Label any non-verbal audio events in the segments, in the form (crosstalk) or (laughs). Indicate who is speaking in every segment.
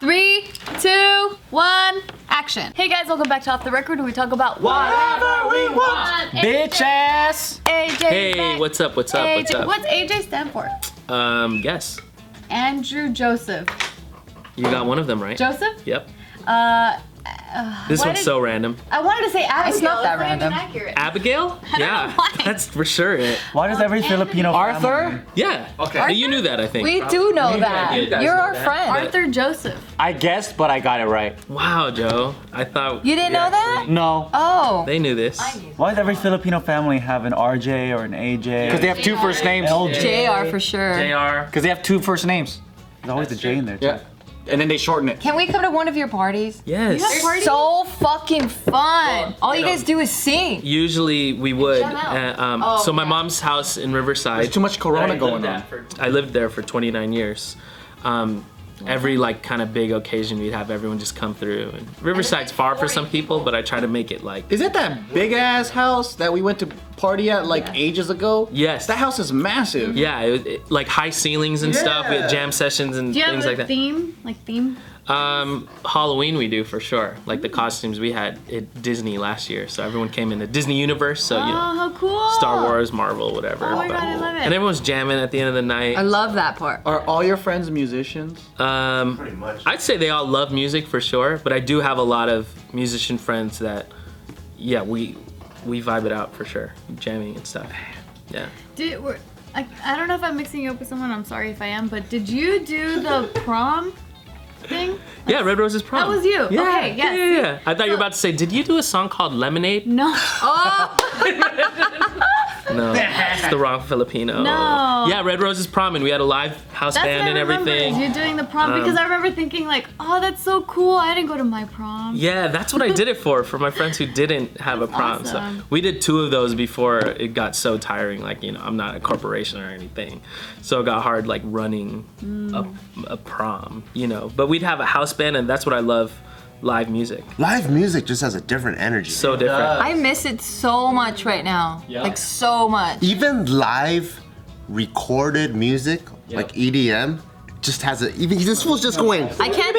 Speaker 1: Three, two, one, action. Hey guys, welcome back to Off the Record where we talk about
Speaker 2: Whatever we want, bitch ass.
Speaker 1: AJ.
Speaker 3: Hey, what's up? What's up? What's up?
Speaker 1: What's AJ stand for?
Speaker 3: Um, guess.
Speaker 1: Andrew Joseph.
Speaker 3: You got one of them right.
Speaker 1: Joseph?
Speaker 3: Yep.
Speaker 1: Uh,
Speaker 3: This
Speaker 1: Why
Speaker 3: one's
Speaker 1: did-
Speaker 3: so
Speaker 4: (laughs)
Speaker 3: random.
Speaker 1: I wanted to say Abigail.
Speaker 4: It's not that
Speaker 1: It's
Speaker 4: random.
Speaker 5: Accurate.
Speaker 3: Abigail? Yeah.
Speaker 1: why.
Speaker 3: (laughs) That's for sure it.
Speaker 2: Why does every Filipino
Speaker 4: Arthur?
Speaker 3: Yeah.
Speaker 2: Okay.
Speaker 3: You knew that, I think.
Speaker 4: We do know
Speaker 3: you
Speaker 4: that.
Speaker 3: guys
Speaker 4: You're
Speaker 3: know
Speaker 4: our
Speaker 3: that.
Speaker 4: friend.
Speaker 1: Arthur Joseph.
Speaker 2: I guessed, but I got it right.
Speaker 3: Wow, Joe. I thought.
Speaker 4: You didn't
Speaker 3: Yeah,
Speaker 4: know that?
Speaker 2: No.
Speaker 4: Oh.
Speaker 3: They knew this.
Speaker 2: Why does every Filipino family have an RJ or an AJ? Because they have two first names. LJ.
Speaker 4: JR for sure.
Speaker 3: JR.
Speaker 2: Because they have two first names. There's always a J in there. Too. Yeah. And then they shorten it.
Speaker 4: Can we come to one of your parties?
Speaker 3: Yes.
Speaker 4: So fucking fun. All you guys do is sing.
Speaker 3: Usually we would.
Speaker 1: Shout out. Oh,
Speaker 3: Uh, um, so my mom's house in Riverside.
Speaker 6: There's too much
Speaker 3: I
Speaker 6: Corona
Speaker 3: lived
Speaker 6: going
Speaker 3: at
Speaker 6: on.
Speaker 3: for- I lived there for 29 years. Um, every like kind of big occasion, we'd have everyone just come through. And Riverside's far for some people, but I try to make it like.
Speaker 6: Is that that big ass house that we went to party at like ages ago?
Speaker 3: Yes.
Speaker 6: That house is massive.
Speaker 3: Yeah, it, was- it- like high ceilings and stuff. We had
Speaker 6: Yeah.
Speaker 3: jam sessions and
Speaker 1: Do you have
Speaker 3: things
Speaker 1: a
Speaker 3: like that.
Speaker 1: theme? Like theme?
Speaker 3: Um, Halloween we do for sure. Like
Speaker 1: Mm.
Speaker 3: the costumes we had at Disney last year, so everyone came in the Disney universe. So you
Speaker 1: Oh,
Speaker 3: know,
Speaker 1: how cool.
Speaker 3: Star Wars, Marvel, whatever.
Speaker 1: Oh my God, I love it.
Speaker 3: And everyone's jamming at the end of the night.
Speaker 4: I love that part.
Speaker 6: Are all your friends musicians?
Speaker 2: Uh,
Speaker 3: Um, Pretty much. I'd say they all love music for sure, but I do have a lot of musician friends that, yeah, we we vibe it out for sure, jamming and stuff. Yeah.
Speaker 1: Did, were, I, I don't know if I'm mixing you up with someone. I'm sorry if I am, but did you do the prom thing?
Speaker 3: Yeah, Red Rose's prom.
Speaker 1: That was you.
Speaker 3: Yeah.
Speaker 1: Okay, yes.
Speaker 3: Yeah, yeah, yeah. I thought you were about to say, did you do a song
Speaker 1: (laughs)
Speaker 3: called Lemonade? (laughs)
Speaker 1: No.
Speaker 4: Oh,
Speaker 3: No, it's the wrong Filipino.
Speaker 1: No.
Speaker 3: Yeah, Red Rose's prom, and we had a live house
Speaker 1: That's
Speaker 3: band
Speaker 1: what I
Speaker 3: and
Speaker 1: remember,
Speaker 3: everything. Um,
Speaker 1: is you doing the prom because I remember thinking like, oh, that's so cool. I didn't go to my prom.
Speaker 3: Yeah, that's what I did it for, for my friends who didn't have a prom.
Speaker 1: awesome.
Speaker 3: So we did two of those before it got so tiring. Like, you know, I'm not a corporation or anything. So it got hard, like, running a, a prom, you know. But we'd have a house band, and that's what I love live music.
Speaker 7: Live music just has a different energy.
Speaker 3: So different.
Speaker 4: I miss it so much right now. Like so much.
Speaker 7: even live recorded music, like EDM, just has a even this was just going
Speaker 4: I can't.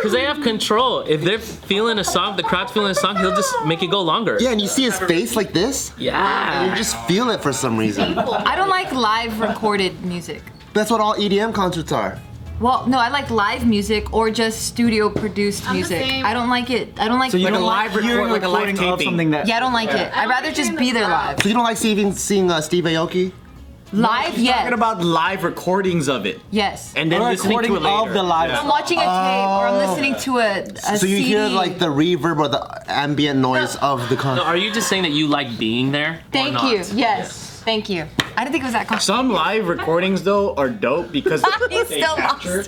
Speaker 3: Because they have control. If they're feeling a song, if the crowd's feeling a song, he'll just make it go longer.
Speaker 7: Yeah, and you see his face like this? You
Speaker 3: Yeah.
Speaker 7: just feel it for some reason.
Speaker 4: I don't like live recorded music.
Speaker 7: That's what all EDM concerts are.
Speaker 4: Well, no, I like live music or just studio produced
Speaker 1: the
Speaker 4: music.
Speaker 1: same.
Speaker 4: I don't like it. I don't like.
Speaker 2: You
Speaker 6: Like a
Speaker 2: don't
Speaker 6: live
Speaker 2: like hearing
Speaker 6: record- like a live
Speaker 2: recording of
Speaker 6: taping.
Speaker 2: something that.
Speaker 4: yeah, I don't like it. I'd rather just be there live.
Speaker 7: So you don't like seeing seeing uh, Steve Aoki?
Speaker 4: Live, yes.
Speaker 6: Talking about live recordings of it.
Speaker 4: yes.
Speaker 6: And then
Speaker 2: A
Speaker 6: listening
Speaker 2: recording
Speaker 6: to it later.
Speaker 2: of the live.
Speaker 4: I'm watching a tape or I'm listening to a, a
Speaker 7: so you
Speaker 4: CD.
Speaker 7: hear like the reverb or the ambient noise of the concert.
Speaker 3: So are you just saying that you like being there? or
Speaker 4: Thank
Speaker 3: not?
Speaker 4: you. Yes. Thank you. I didn't think it was that complicated.
Speaker 6: Some live recordings though are dope
Speaker 2: (laughs)
Speaker 6: because
Speaker 4: He's
Speaker 6: (laughs) they
Speaker 4: still
Speaker 6: capture,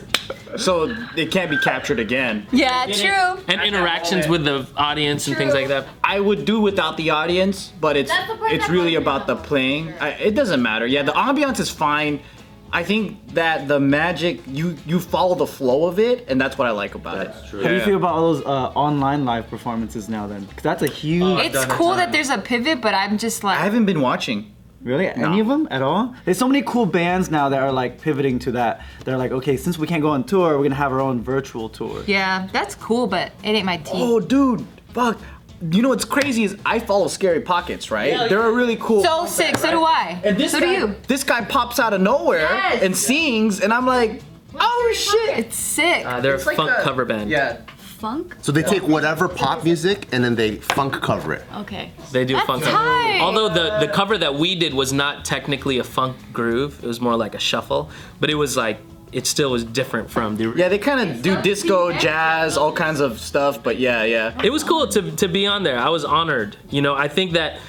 Speaker 4: lost.
Speaker 6: so they can't be captured again.
Speaker 4: Yeah, true.
Speaker 3: And interactions with the audience and things
Speaker 4: True.
Speaker 3: like that.
Speaker 6: I would do without the audience, but it's
Speaker 1: That's the part
Speaker 6: it's
Speaker 1: that
Speaker 6: really
Speaker 1: bothers me
Speaker 6: about the
Speaker 1: the most,
Speaker 6: playing.
Speaker 1: for sure.
Speaker 6: I, it doesn't matter. Yeah, the ambiance is fine. I think that the magic you you follow the flow of it, and that's what I like about it. That's true.
Speaker 2: How do you feel about all those uh, online live performances now then? Because that's a huge.
Speaker 4: It's cool that there's a pivot, but I'm just like,
Speaker 6: I haven't been watching.
Speaker 2: Really? Any of them at all? There's so many cool bands now that are like pivoting to that. They're like, okay, since we can't go on tour, we're gonna have our own virtual tour.
Speaker 4: yeah, that's cool, but it ain't my team.
Speaker 6: Oh, dude, fuck. You know what's crazy is I follow Scary Pockets, right? They're a really cool.
Speaker 4: so sick. So do I.
Speaker 6: and this
Speaker 4: so
Speaker 6: guy,
Speaker 4: do you.
Speaker 6: This guy pops out of nowhere
Speaker 4: Yes.
Speaker 6: and sings, and I'm like, oh shit.
Speaker 4: It's sick.
Speaker 3: Uh, they're a funk
Speaker 6: Like a-
Speaker 3: cover band.
Speaker 6: Yeah.
Speaker 1: Funk.
Speaker 7: so they take whatever pop music and then they funk cover it.
Speaker 1: Okay.
Speaker 3: They do
Speaker 1: That's
Speaker 3: funk.
Speaker 1: tight.
Speaker 3: Although the the cover that we did was not technically a funk groove, it was more like a shuffle, but it was like it still was different from the.
Speaker 6: Yeah, they kind of do
Speaker 1: so
Speaker 6: disco,
Speaker 1: connected.
Speaker 6: jazz, all kinds of stuff, but yeah, yeah.
Speaker 3: It was cool to to be on there. I was honored. You know, I think that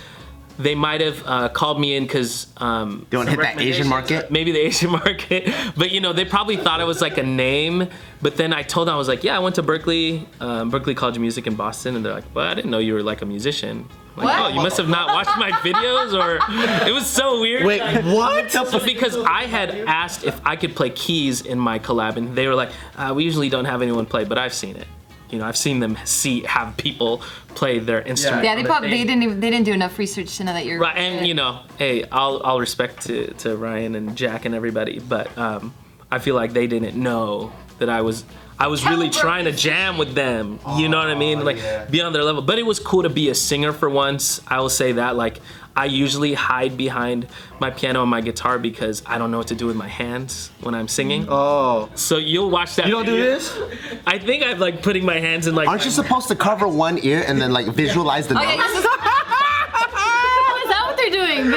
Speaker 3: they might have uh, called me in because um,
Speaker 7: They want to hit that Asian market.
Speaker 3: maybe the (laughs) Asian market, but you know they probably thought it was like a name. But then I told them I was like, yeah, I went to Berkeley, um, Berkeley College of Music in Boston, and they're like, well, I didn't know you were like a musician. Like,
Speaker 4: What?
Speaker 3: oh, you must have not watched my videos, or (laughs) it was so weird.
Speaker 6: Wait,
Speaker 3: Like,
Speaker 6: what?
Speaker 3: So because I had asked if I could play keys in my collab, and they were like, uh, "We usually don't have anyone play, but I've seen it." You know, I've seen them see have people play their instrument.
Speaker 4: Yeah,
Speaker 3: on
Speaker 4: they
Speaker 3: the
Speaker 4: probably they
Speaker 3: thing.
Speaker 4: didn't even, they didn't do enough research to know that you're
Speaker 3: Right, and you know, hey, all all respect to, to Ryan and Jack and everybody, but um, I feel like they didn't know that I was I was really
Speaker 4: Caliber
Speaker 3: trying to jam with them. You know what I
Speaker 6: Oh,
Speaker 3: mean? Like
Speaker 7: yeah.
Speaker 3: be on their level. But it was cool to be a singer for once. I will say that. Like I usually hide behind my piano and my guitar because I don't know what to do with my hands when I'm singing.
Speaker 6: Oh,
Speaker 3: So you'll watch that.
Speaker 6: you don't do
Speaker 3: video.
Speaker 6: this?
Speaker 3: I think I'm like putting my hands in like.
Speaker 7: Aren't you supposed to cover one ear and then like visualize the
Speaker 4: Oh, yeah,
Speaker 7: note?
Speaker 4: this is-
Speaker 1: Oh, is that what they're doing?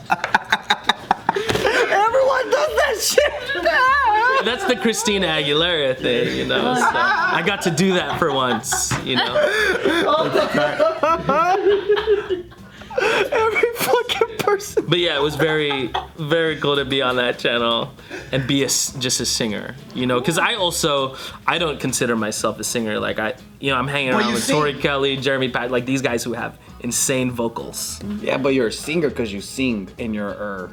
Speaker 3: (laughs)
Speaker 1: Visualizing no.
Speaker 7: (laughs)
Speaker 2: Everyone does that shit.
Speaker 3: That's the Christina Aguilera thing, you know. So I got to do that for once, you know.
Speaker 2: Every fucking person.
Speaker 3: But yeah, it was very, very cool to be on that channel and be a s just a singer, you know. Because I also I don't consider myself a singer. Like I, you know, I'm hanging around
Speaker 6: you
Speaker 3: with
Speaker 6: sing.
Speaker 3: Tori Kelly, Jeremy Pat, like these guys who have insane vocals.
Speaker 6: Yeah, but you're a singer because you sing in your er.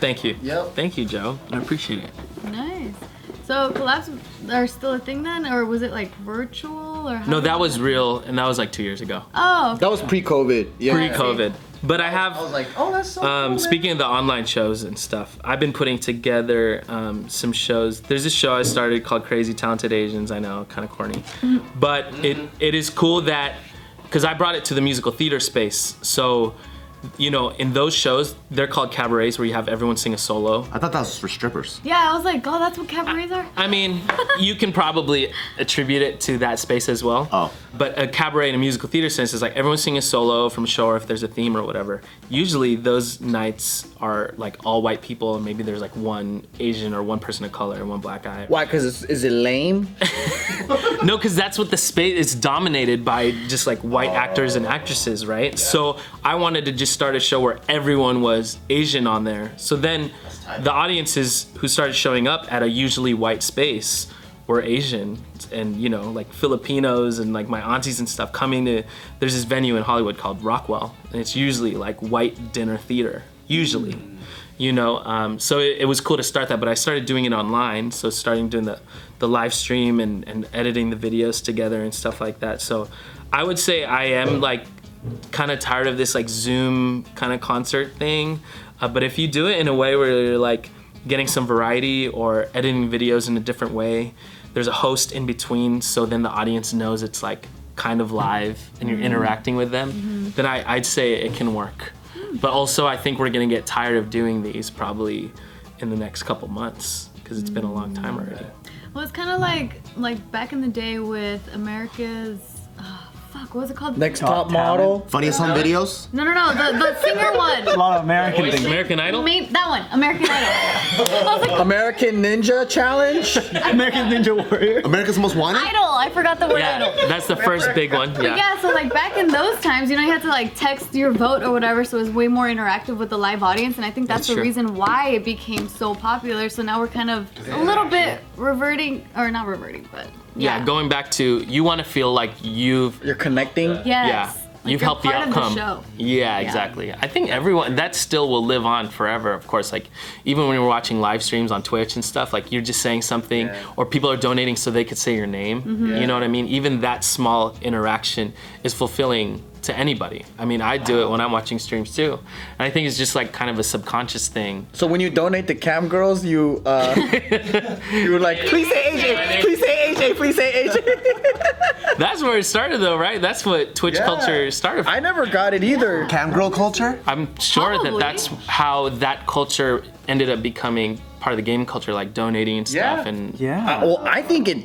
Speaker 3: Thank you.
Speaker 7: Yep.
Speaker 3: Thank you, Joe. I appreciate it.
Speaker 1: Nice. So collabs are still a thing then, or was it like virtual or? How
Speaker 3: No,
Speaker 1: did
Speaker 3: that
Speaker 1: it
Speaker 3: was
Speaker 1: happen?
Speaker 3: real, and that was like two years ago,
Speaker 1: Oh, okay.
Speaker 6: That was pre-COVID. Yeah.
Speaker 3: pre-COVID. But I have.
Speaker 6: I was like, oh, that's so.
Speaker 3: Um, speaking of the online shows and stuff, I've been putting together um, some shows. There's this show I started called Crazy Talented Asians. I know, kind of corny, but it it is cool that because I brought it to the musical theater space. So, you know, in those shows, they're called cabarets where you have everyone sing a solo.
Speaker 7: I thought that was for strippers.
Speaker 1: Yeah, I was like, oh, that's what cabarets are.
Speaker 3: I mean, you can probably attribute it to that space as well.
Speaker 7: Oh.
Speaker 3: But a cabaret in a musical theater sense is like everyone's singing a solo from a show or if there's a theme or whatever. Usually those nights are like all white people and maybe there's like one Asian or one person of color and one black guy.
Speaker 6: Why? Because it's, is it lame?
Speaker 3: (laughs) No, because that's what the space is dominated by just like white actors and actresses, right? So I wanted to just start a show where everyone was Asian on there. So then the audiences who started showing up at a usually white space were Asian and you know like Filipinos and like my aunties and stuff coming to there's this venue in Hollywood called Rockwell and it's usually like white dinner theater usually you know um, so it, it was cool to start that but i started doing it online so starting doing the, the live stream and, and editing the videos together and stuff like that so i would say i am like kind of tired of this like zoom kind of concert thing uh, but if you do it in a way where you're like getting some variety or editing videos in a different way there's a host in between so then the audience knows it's like kind of live and you're interacting with them then I, i'd say it can work but also, I think we're gonna get tired of doing these probably in the next couple months because it's been a long time already.
Speaker 1: Well, it's kind of like like back in the day with America's. Oh, fuck, what was it called?
Speaker 6: Next
Speaker 2: Top
Speaker 6: top, model.
Speaker 7: Funniest home videos?
Speaker 1: No, no, no, the, the singer
Speaker 2: A
Speaker 3: (laughs)
Speaker 1: one.
Speaker 2: lot of American things.
Speaker 3: American Idol.
Speaker 1: Maybe, that one, American Idol.
Speaker 3: Oh.
Speaker 6: American Ninja Challenge.
Speaker 2: (laughs)
Speaker 3: (laughs)
Speaker 2: American Ninja Warrior.
Speaker 7: America's Most Wanted?
Speaker 4: idol. I forgot the word
Speaker 3: Yeah,
Speaker 4: idol.
Speaker 3: that's the first big one.
Speaker 1: But
Speaker 3: Yeah.
Speaker 1: yeah, so like back in those times, you know, you had to like text your vote or whatever, so it was way more interactive with the live audience, and I think that's,
Speaker 3: That's
Speaker 1: the
Speaker 3: true.
Speaker 1: reason why it became so popular. So now we're kind of a little bit reverting, or not reverting, but
Speaker 3: Yeah, going back to you want to feel like you've
Speaker 6: You're connecting.
Speaker 3: yeah.
Speaker 1: yes, Like,
Speaker 3: You've
Speaker 1: you're
Speaker 3: helped the
Speaker 1: part of
Speaker 3: outcome.
Speaker 1: show.
Speaker 3: Yeah, exactly. I think everyone that still will live on forever. Of course, like even when you're watching live streams on Twitch and stuff, like you're just saying something, or people are donating so they could say your name.
Speaker 1: Mm-hmm.
Speaker 3: You know what I mean? Even that small interaction is fulfilling to anybody. I mean, I do it when I'm watching streams too, and I think it's just like kind of a subconscious thing.
Speaker 6: So when you donate to cam girls, you
Speaker 3: (laughs)
Speaker 6: uh, you're like, please say AJ, please say AJ, please say AJ.
Speaker 3: That's where it started, though, right? That's what Twitch
Speaker 6: Yeah.
Speaker 3: culture started. From.
Speaker 6: I never got it either.
Speaker 7: Cam girl culture?
Speaker 3: I'm sure that
Speaker 1: Probably.
Speaker 3: that's how that culture ended up becoming part of the game culture, like donating and stuff.
Speaker 6: Yeah.
Speaker 3: And
Speaker 2: (laughs) Yeah.
Speaker 6: Uh, well, I think it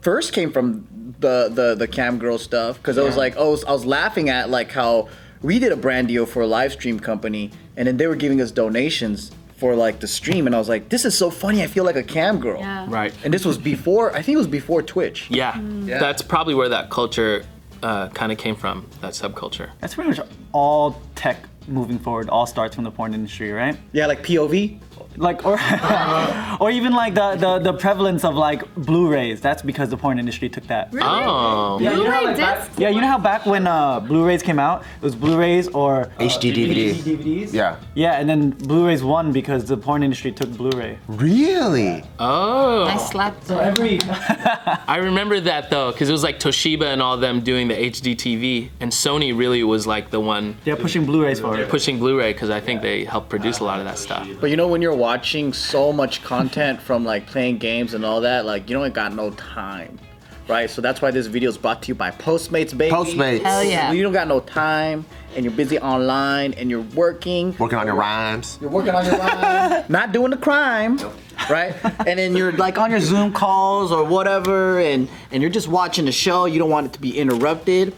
Speaker 6: first came from the the the cam girl stuff because I was like, oh, I was, I was laughing at like how we did a brand deal for a live stream company, and then they were giving us donations for like the stream, and I was like, this is so funny. I feel like a cam girl.
Speaker 1: Yeah.
Speaker 3: right,
Speaker 6: And this was before, I think it was before Twitch.
Speaker 3: yeah. that's probably where that culture uh, kind of came from. That subculture.
Speaker 2: That's pretty much all tech moving forward. All starts from the porn industry, right?
Speaker 6: Yeah, like POV.
Speaker 2: like or (laughs) or even like the, the the prevalence of like Blu-rays. That's because the porn industry took that.
Speaker 1: Really?
Speaker 3: Oh.
Speaker 2: Yeah, you know how,
Speaker 1: Blu-ray
Speaker 2: like, back,
Speaker 1: discs?
Speaker 2: yeah, you know how back when uh, Blu-rays came out, it was Blu-rays or uh,
Speaker 7: HD DVD.
Speaker 2: DVDs.
Speaker 7: Yeah.
Speaker 2: Yeah, and then Blu-rays won because the porn industry took Blu-ray.
Speaker 7: Really?
Speaker 4: I
Speaker 3: Oh.
Speaker 4: slapped
Speaker 2: So every
Speaker 3: I remember that though, because it was like Toshiba and all them doing the HD TV, and Sony really was like the one
Speaker 2: they're pushing Blu-rays forward.
Speaker 3: pushing Blu-ray because I think they helped produce a lot of that stuff.
Speaker 5: But you know, when you're watching so much content from like playing games and all that, like you don't got no time, right? So that's why this video is brought to you by Postmates, baby.
Speaker 7: Postmates. Hell
Speaker 4: yeah.
Speaker 5: You don't got no time, and you're busy online, and you're working.
Speaker 7: Working on your rhymes.
Speaker 5: You're working on your line, not doing the crime, right? And then you're like on your Zoom calls or whatever, and and you're just watching the show. You don't want it to be interrupted.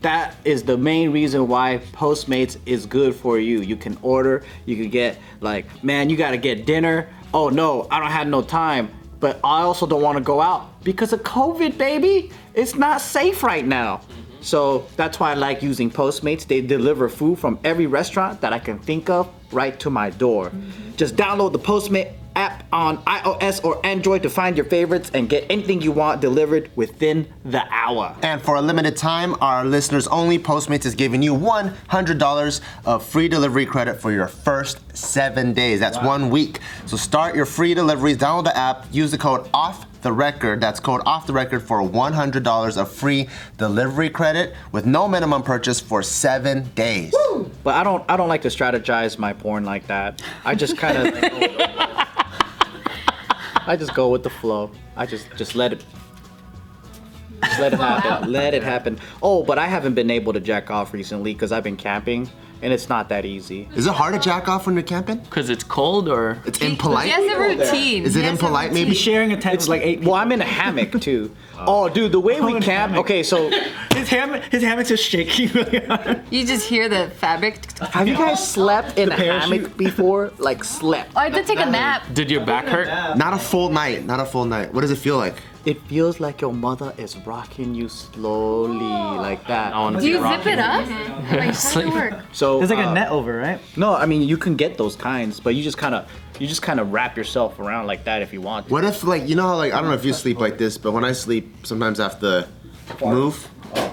Speaker 5: That is the main reason why Postmates is good for you. You can order. You can get like, man, you gotta get dinner. Oh no, I don't have no time. But I also don't want to go out because of COVID, baby. It's not safe right now. So that's why I like using Postmates. They deliver food from every restaurant that I can think of right to my door. Just download the Postmate app on iOS or Android to find your favorites and get anything you want delivered within the hour.
Speaker 7: And for a limited time, our listeners only, Postmates is giving you $100 of free delivery credit for your first seven days. That's one week. So start your free deliveries, download the app, use the code OFF the record. That's code OFF the record for $100 of free delivery credit with no minimum purchase for seven days.
Speaker 5: But I don't I don't like to strategize my porn like that. I just kind of I just go with the flow. I just just let it just let it happen. Let it happen. Oh, but I haven't been able to jack off recently because I've been camping and it's not that easy.
Speaker 7: Is it hard to jack off when you're camping?
Speaker 3: Because it's cold or
Speaker 7: It's impolite.
Speaker 1: He has a routine.
Speaker 7: Is it
Speaker 1: He has a
Speaker 7: impolite, maybe?
Speaker 1: routine.
Speaker 2: sharing a tent with like eight people.
Speaker 5: Well, I'm in a hammock too. Oh, dude, the way
Speaker 2: Oh,
Speaker 5: we
Speaker 2: in a
Speaker 5: camp.
Speaker 2: hammock.
Speaker 5: Okay, so
Speaker 2: His hammock, his hammock's just (laughs) shaking. really hard.
Speaker 4: You just hear the fabric.
Speaker 5: have
Speaker 2: (laughs)
Speaker 5: you guys slept in a
Speaker 2: parachute.
Speaker 5: hammock before? Like slept.
Speaker 1: Oh,
Speaker 4: I did take a nap.
Speaker 3: did your back hurt?
Speaker 7: Not a full night, not a full night. What does it feel like?
Speaker 5: It feels like your mother is rocking you slowly like that.
Speaker 3: I wanna
Speaker 1: Do
Speaker 3: be
Speaker 1: you
Speaker 3: wrong.
Speaker 1: zip it up? Wait, how
Speaker 3: (laughs)
Speaker 1: does it work?
Speaker 5: So
Speaker 2: There's like
Speaker 5: uh,
Speaker 2: a net over, right?
Speaker 5: No, I mean you can get those kinds, but you just kind of you just kind of wrap yourself around like that if you want. to.
Speaker 7: What if like you know how like I don't know if you sleep like this, but when I sleep, sometimes I have to move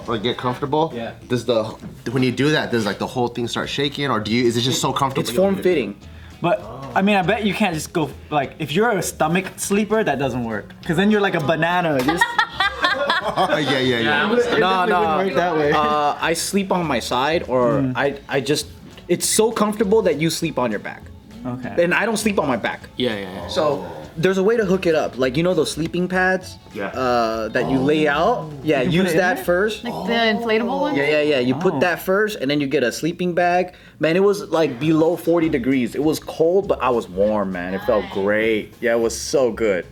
Speaker 7: or get comfortable.
Speaker 5: Yeah.
Speaker 7: Does the when you do that, does like the whole thing start shaking, or do you? Is it just so comfortable?
Speaker 5: It's form fitting.
Speaker 2: But I mean, I bet you can't just go like if you're a stomach sleeper, that doesn't work. Cause then you're like a banana. You're just,
Speaker 7: (laughs) Oh, yeah, yeah, yeah.
Speaker 5: No,
Speaker 2: wouldn't
Speaker 5: no.
Speaker 2: work that way. Mm.
Speaker 5: Uh, I sleep on my side, or I I just it's so comfortable that you sleep on your back,
Speaker 2: okay.
Speaker 5: and I don't sleep on my back.
Speaker 3: Yeah, yeah, yeah.
Speaker 5: So there's a way to hook it up, like you know those sleeping pads.
Speaker 7: Yeah.
Speaker 5: Uh, that you lay out. Yeah,
Speaker 2: put
Speaker 5: use
Speaker 2: it in
Speaker 5: that
Speaker 2: there?
Speaker 5: first.
Speaker 1: Like the inflatable one?
Speaker 5: Yeah, yeah, yeah. You put that first, and then you get a sleeping bag. Man, it was like below 40 degrees. It was cold, but I was warm, man. It felt great. Yeah, it was so good.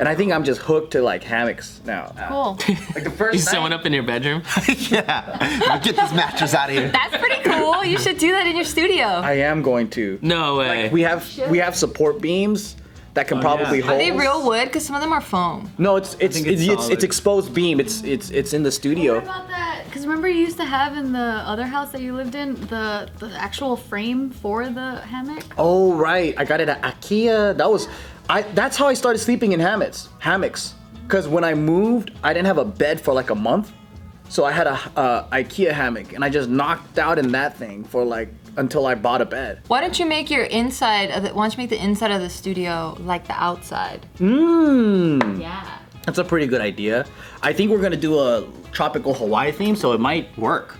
Speaker 5: And I think I'm just hooked to like hammocks now.
Speaker 4: Oh,
Speaker 1: Cool.
Speaker 5: Like the
Speaker 3: You
Speaker 5: first
Speaker 3: sewing up in your bedroom?
Speaker 7: yeah. Now get this mattress out of here.
Speaker 4: That's pretty cool. You should do that in your studio.
Speaker 5: I am going to.
Speaker 3: No way.
Speaker 5: We have we have support beams that can probably
Speaker 2: Oh, yeah.
Speaker 5: hold.
Speaker 4: Are they real wood? Because some of them are foam.
Speaker 5: No, it's it's
Speaker 2: think
Speaker 5: it's,
Speaker 2: it's
Speaker 5: it's, it's
Speaker 2: solid.
Speaker 5: exposed beam. It's it's it's in the
Speaker 1: What
Speaker 5: studio.
Speaker 1: about that? Because remember you used to have in the other house that you lived in the, the actual frame for the hammock?
Speaker 5: Oh right, I got it at IKEA. That was, I. That's how I started sleeping in hammocks. Hammocks, because when I moved, I didn't have a bed for like a month, so I had a uh, IKEA hammock, and I just knocked out in that thing for like until I bought a bed.
Speaker 4: Why don't you make your inside? Of the, why don't you make the inside of the studio like the outside?
Speaker 5: Mmm,
Speaker 4: Yeah.
Speaker 5: that's a pretty good idea. I think we're gonna do a tropical Hawaii theme, so it might work.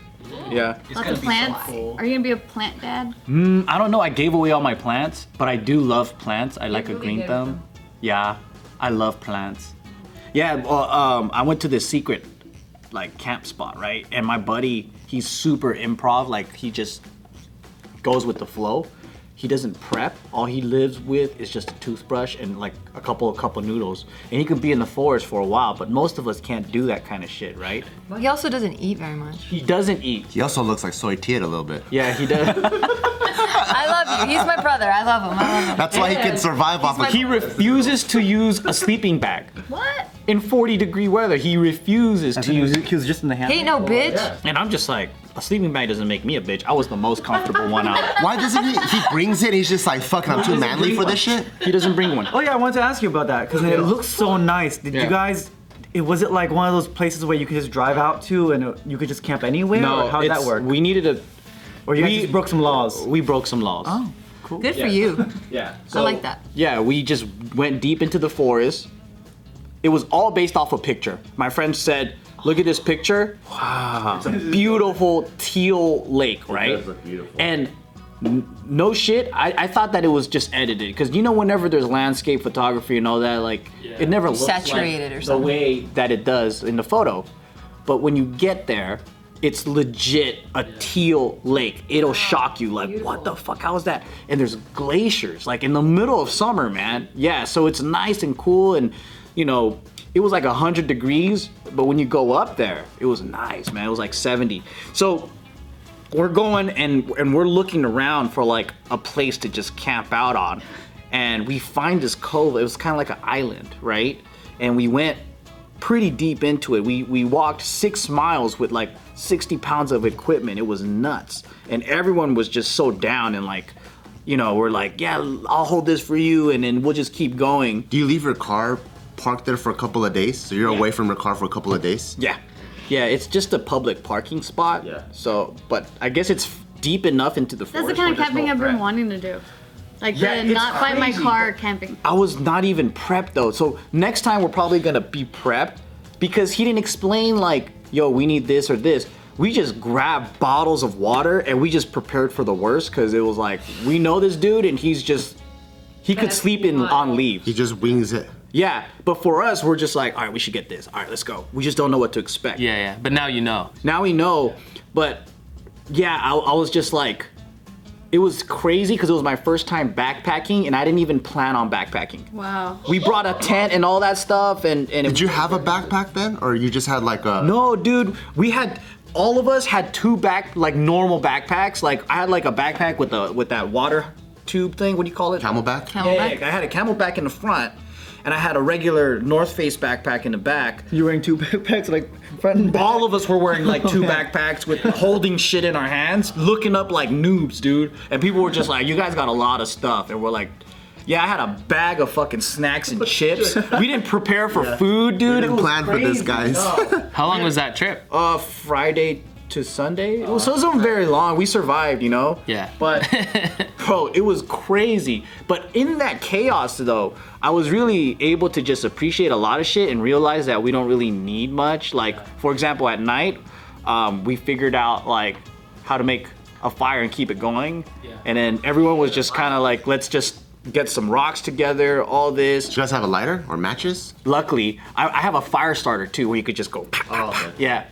Speaker 5: Yeah.
Speaker 1: Lots of plants. Are you gonna be a plant dad?
Speaker 5: I don't know. I gave away all my plants, but I do love plants. I like a green thumb. Yeah, I love plants. Yeah, well, um, I went to this secret like camp spot, right? And my buddy, he's super improv. Like he just goes with the flow. He doesn't prep. All he lives with is just a toothbrush and like a couple a couple noodles. And he can be in the forest for a while, but most of us can't do that kind of shit, right?
Speaker 4: Well, he also doesn't eat very much.
Speaker 5: He doesn't eat.
Speaker 7: He also looks like Soy Tiet a little bit.
Speaker 5: Yeah, he does. (laughs)
Speaker 4: I love you. He's my brother. I love him. I love him.
Speaker 7: That's why he can survive off of.
Speaker 5: he refuses to use a sleeping bag.
Speaker 1: What?
Speaker 5: in 40 degree weather. He refuses to
Speaker 2: He
Speaker 5: use
Speaker 2: was,
Speaker 5: it.
Speaker 2: he was just in the hammock.
Speaker 4: Ain't no bitch.
Speaker 5: And I'm just like, a sleeping bag doesn't make me a bitch. I was the most comfortable one
Speaker 2: (laughs)
Speaker 5: out.
Speaker 7: Why doesn't he? He brings it. He's just like, fucking, I'm too
Speaker 5: doesn't
Speaker 7: manly
Speaker 5: bring
Speaker 7: for
Speaker 5: one?
Speaker 7: this shit.
Speaker 5: He doesn't bring one.
Speaker 2: Oh yeah, I wanted to ask you about that because it looks so nice. Did you
Speaker 5: Yeah.
Speaker 2: guys? It was it like one of those places where you could just drive out to and uh, you could just camp anywhere?
Speaker 5: No,
Speaker 2: or how did that
Speaker 5: it's-
Speaker 2: work?
Speaker 5: We needed a.
Speaker 2: or you guys
Speaker 5: we-
Speaker 2: just broke some laws?
Speaker 5: We broke some laws.
Speaker 2: Oh, cool.
Speaker 4: Good
Speaker 5: Yeah.
Speaker 4: for you.
Speaker 5: Yeah.
Speaker 4: I like that.
Speaker 5: Yeah, we just went deep into the forest. It was all based off a picture. My friend said, "Look at this picture. Wow, it's a beautiful teal lake, right?"
Speaker 8: does look beautiful.
Speaker 5: And n- no shit, I, I thought that it was just edited because you know whenever there's landscape photography and all that, like it never looks like
Speaker 4: Saturated or
Speaker 5: the
Speaker 4: something.
Speaker 5: way that it does in the photo. But when you get there, it's legit a teal lake. It'll shock you, like what the fuck? How is that? And there's glaciers, like in the middle of summer, man. Yeah, so it's nice and cool, and you know, it was like hundred degrees. But when you go up there, it was nice, man. It was like 70. So we're going and and we're looking around for like a place to just camp out on and we find this cove it was kind of like an island right and we went pretty deep into it we we walked six miles with like 60 pounds of equipment it was nuts and everyone was just so down and like you know we're like yeah i'll hold this for you and then we'll just keep going
Speaker 7: Do you leave your car parked there for a couple of days? So you're away from your car for a couple of days.
Speaker 5: Yeah. Yeah, it's just a public parking spot.
Speaker 8: Yeah.
Speaker 5: So, but I guess it's deep enough into the
Speaker 1: That's
Speaker 5: forest.
Speaker 1: the kind of
Speaker 5: where there's
Speaker 1: camping
Speaker 5: no
Speaker 1: I've been
Speaker 5: threat.
Speaker 1: wanting to do. Like
Speaker 5: Yeah,
Speaker 1: the
Speaker 5: it's
Speaker 1: not by my
Speaker 5: crazy.
Speaker 1: car camping.
Speaker 5: I was not even prepped though. So next time we're probably gonna be prepped because he didn't explain like, yo, we need this or this. We just grabbed bottles of water and we just prepared for the worst because it was like we know this dude and he's just he could
Speaker 4: That's
Speaker 5: sleep in
Speaker 4: wild.
Speaker 5: on leave.
Speaker 7: He just wings it.
Speaker 5: Yeah, but for us, we're just like, all right, we should get this. All right, let's go. We just don't know what to expect.
Speaker 3: Yeah, yeah. But now you know.
Speaker 5: Now we know, but yeah, I, I was just like, it was crazy because it was my first time backpacking and I didn't even plan on backpacking.
Speaker 1: Wow.
Speaker 5: We brought a tent and all that stuff and and
Speaker 7: Did you have a backpack then, or you just had like a?
Speaker 5: No, dude, we had all of us had two back like normal backpacks. Like I had like a backpack with a with that water tube thing. What do you call it?
Speaker 7: Camelback.
Speaker 5: Camelback. I had a camelback in the front. And I had a regular North Face backpack in the back.
Speaker 2: You're wearing two backpacks, like front and back.
Speaker 5: (laughs) All of us were wearing like
Speaker 7: (laughs)
Speaker 5: two backpacks with holding shit in our hands, looking up like noobs, dude. And people were just like, "You guys got a lot of stuff," and we're like. Yeah, I had a bag of fucking snacks
Speaker 7: (laughs)
Speaker 5: and chips. We didn't prepare for food, dude. It
Speaker 7: didn't
Speaker 5: was
Speaker 7: plan for
Speaker 5: crazy,
Speaker 7: this,
Speaker 5: Oh.
Speaker 7: guys.
Speaker 5: no.
Speaker 3: How long was that trip?
Speaker 5: Uh, Friday to Sunday. so it wasn't very long. We survived, you know.
Speaker 3: Yeah.
Speaker 5: But bro, it was crazy. But in that chaos, though, I was really able to just appreciate a lot of shit and realize that we don't really need much. Like, for example, at night, um, we figured out like how to make a fire and keep it going. Yeah. And then everyone was just kind of like, let's just get some rocks together, all this
Speaker 7: Did you guys have a lighter or matches?
Speaker 5: luckily I, I have a fire starter too where you could just go pow, pow, pow. (laughs) yeah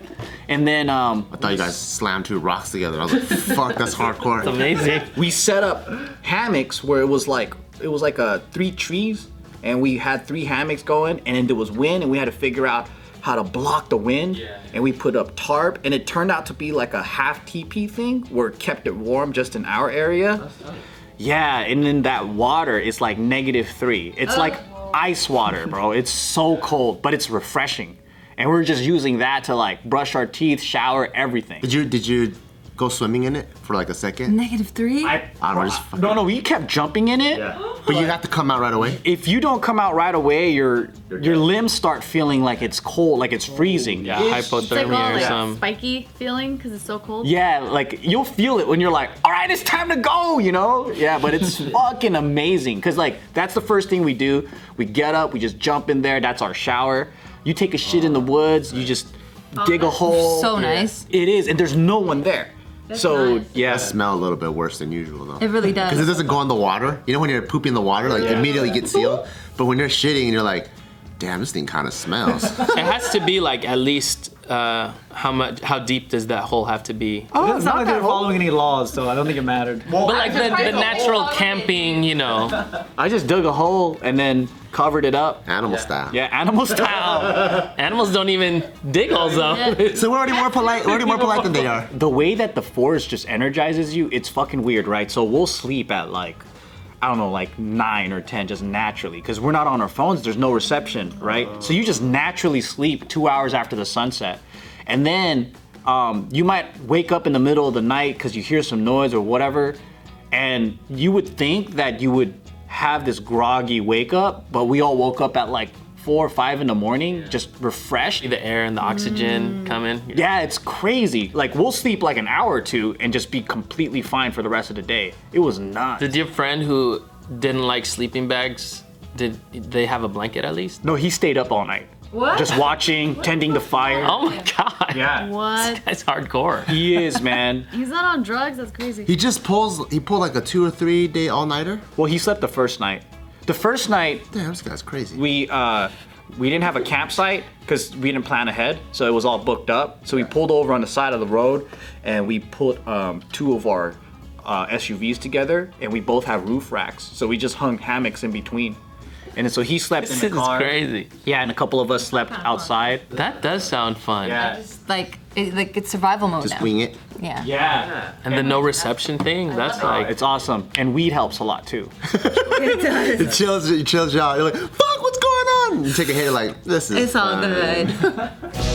Speaker 5: and then um,
Speaker 7: I thought you guys slammed two rocks together. I was like, (laughs) fuck, that's hardcore.
Speaker 3: Amazing.
Speaker 5: we set up hammocks where it was like it was like uh three trees and we had three hammocks going and then there was wind and we had to figure out how to block the wind and we put up tarp and it turned out to be like a half teepee thing where it kept it warm just in our area yeah and then that water is like negative three it's like ice water bro it's so cold but it's refreshing and we're just using that to like brush our teeth shower everything
Speaker 7: Did you did you go swimming in it for like a second?
Speaker 4: Negative three?
Speaker 7: I don't know, just fucking-
Speaker 5: no no we kept jumping in it
Speaker 7: But you have to come out right away.
Speaker 5: if you don't come out right away, your your limbs start feeling like it's cold, like it's freezing.
Speaker 3: Yeah,
Speaker 1: It's like all
Speaker 3: hypothermia or
Speaker 1: like
Speaker 3: some.
Speaker 1: spiky feeling because it's so cold.
Speaker 5: Yeah, like you'll feel it when you're like, all right, it's time to go, you know? Yeah, but it's fucking amazing. Cause like that's the first thing we do. We get up, we just jump in there, that's our shower. You take a shit in the woods, you just dig a hole.
Speaker 4: Oh, So nice.
Speaker 5: It is, and there's no one there. so
Speaker 1: nice.
Speaker 5: yeah.
Speaker 7: It smell a little bit worse than usual though.
Speaker 4: It really does.
Speaker 7: Because it doesn't go in the water. You know when you're pooping in the water, like immediately get sealed. But when you're shitting and you're like, damn, this thing kind of
Speaker 5: (laughs)
Speaker 7: smells.
Speaker 3: (laughs) It has to be like at least uh, how much? How deep does that hole have to be?
Speaker 2: It doesn't sound
Speaker 5: not
Speaker 2: like they
Speaker 5: that
Speaker 2: were following any laws, so I don't think it mattered.
Speaker 3: but like the, the natural camping, you know.
Speaker 5: I just dug a hole and then covered it up.
Speaker 7: Animal style.
Speaker 5: Yeah, animal style.
Speaker 3: Animals don't even dig holes though.
Speaker 7: So we're already more polite. We're already more polite than they are.
Speaker 5: the way that the forest just energizes you, it's fucking weird, right? So we'll sleep at like, I don't know, like nine or 10 just naturally because we're not on our phones. There's no reception, right? So you just naturally sleep two hours after the sunset. And then Um, you might wake up in the middle of the night because you hear some noise or whatever, and you would think that you would have this groggy wake up, but we all woke up at like four or five in the morning, just refreshed.
Speaker 3: (laughs) The air and the oxygen coming.
Speaker 5: Yeah, it's crazy. Like we'll sleep like an hour or two and just be completely fine for the rest of the day. It was nuts.
Speaker 3: Did your friend who didn't like sleeping bags, did they have a blanket at least?
Speaker 5: No, he stayed up all night.
Speaker 1: What?
Speaker 5: Just watching, tending the fire.
Speaker 3: Oh my god. (laughs)
Speaker 5: Yeah.
Speaker 1: What?
Speaker 3: That's hardcore.
Speaker 5: He is, man.
Speaker 1: He's not on drugs. That's crazy.
Speaker 7: He just pulls. He pulled like a two or three day all nighter.
Speaker 5: Well, he slept the first night. The first night
Speaker 7: Damn, this guy's crazy.
Speaker 5: we uh we didn't have a campsite because we didn't plan ahead, so it was all booked up. So we pulled over on the side of the road, and we put um, two of our uh, SUVs together, and we both have roof racks. So we just hung hammocks in between, and so he slept in
Speaker 3: This
Speaker 5: the
Speaker 3: is
Speaker 5: car.
Speaker 3: crazy.
Speaker 5: Yeah, and a couple of us slept outside.
Speaker 3: That does sound fun.
Speaker 5: Yeah,
Speaker 4: Like, it, like it's survival mode
Speaker 7: just
Speaker 4: now.
Speaker 7: wing it.
Speaker 4: Yeah.
Speaker 5: yeah,
Speaker 3: And the no reception thing, that's
Speaker 5: Uh,
Speaker 3: like
Speaker 5: it's awesome. And weed helps a lot too.
Speaker 7: It chills. It chills you out. You're like, fuck, what's going on? You take a hit. You're like, this is.
Speaker 4: It's all good.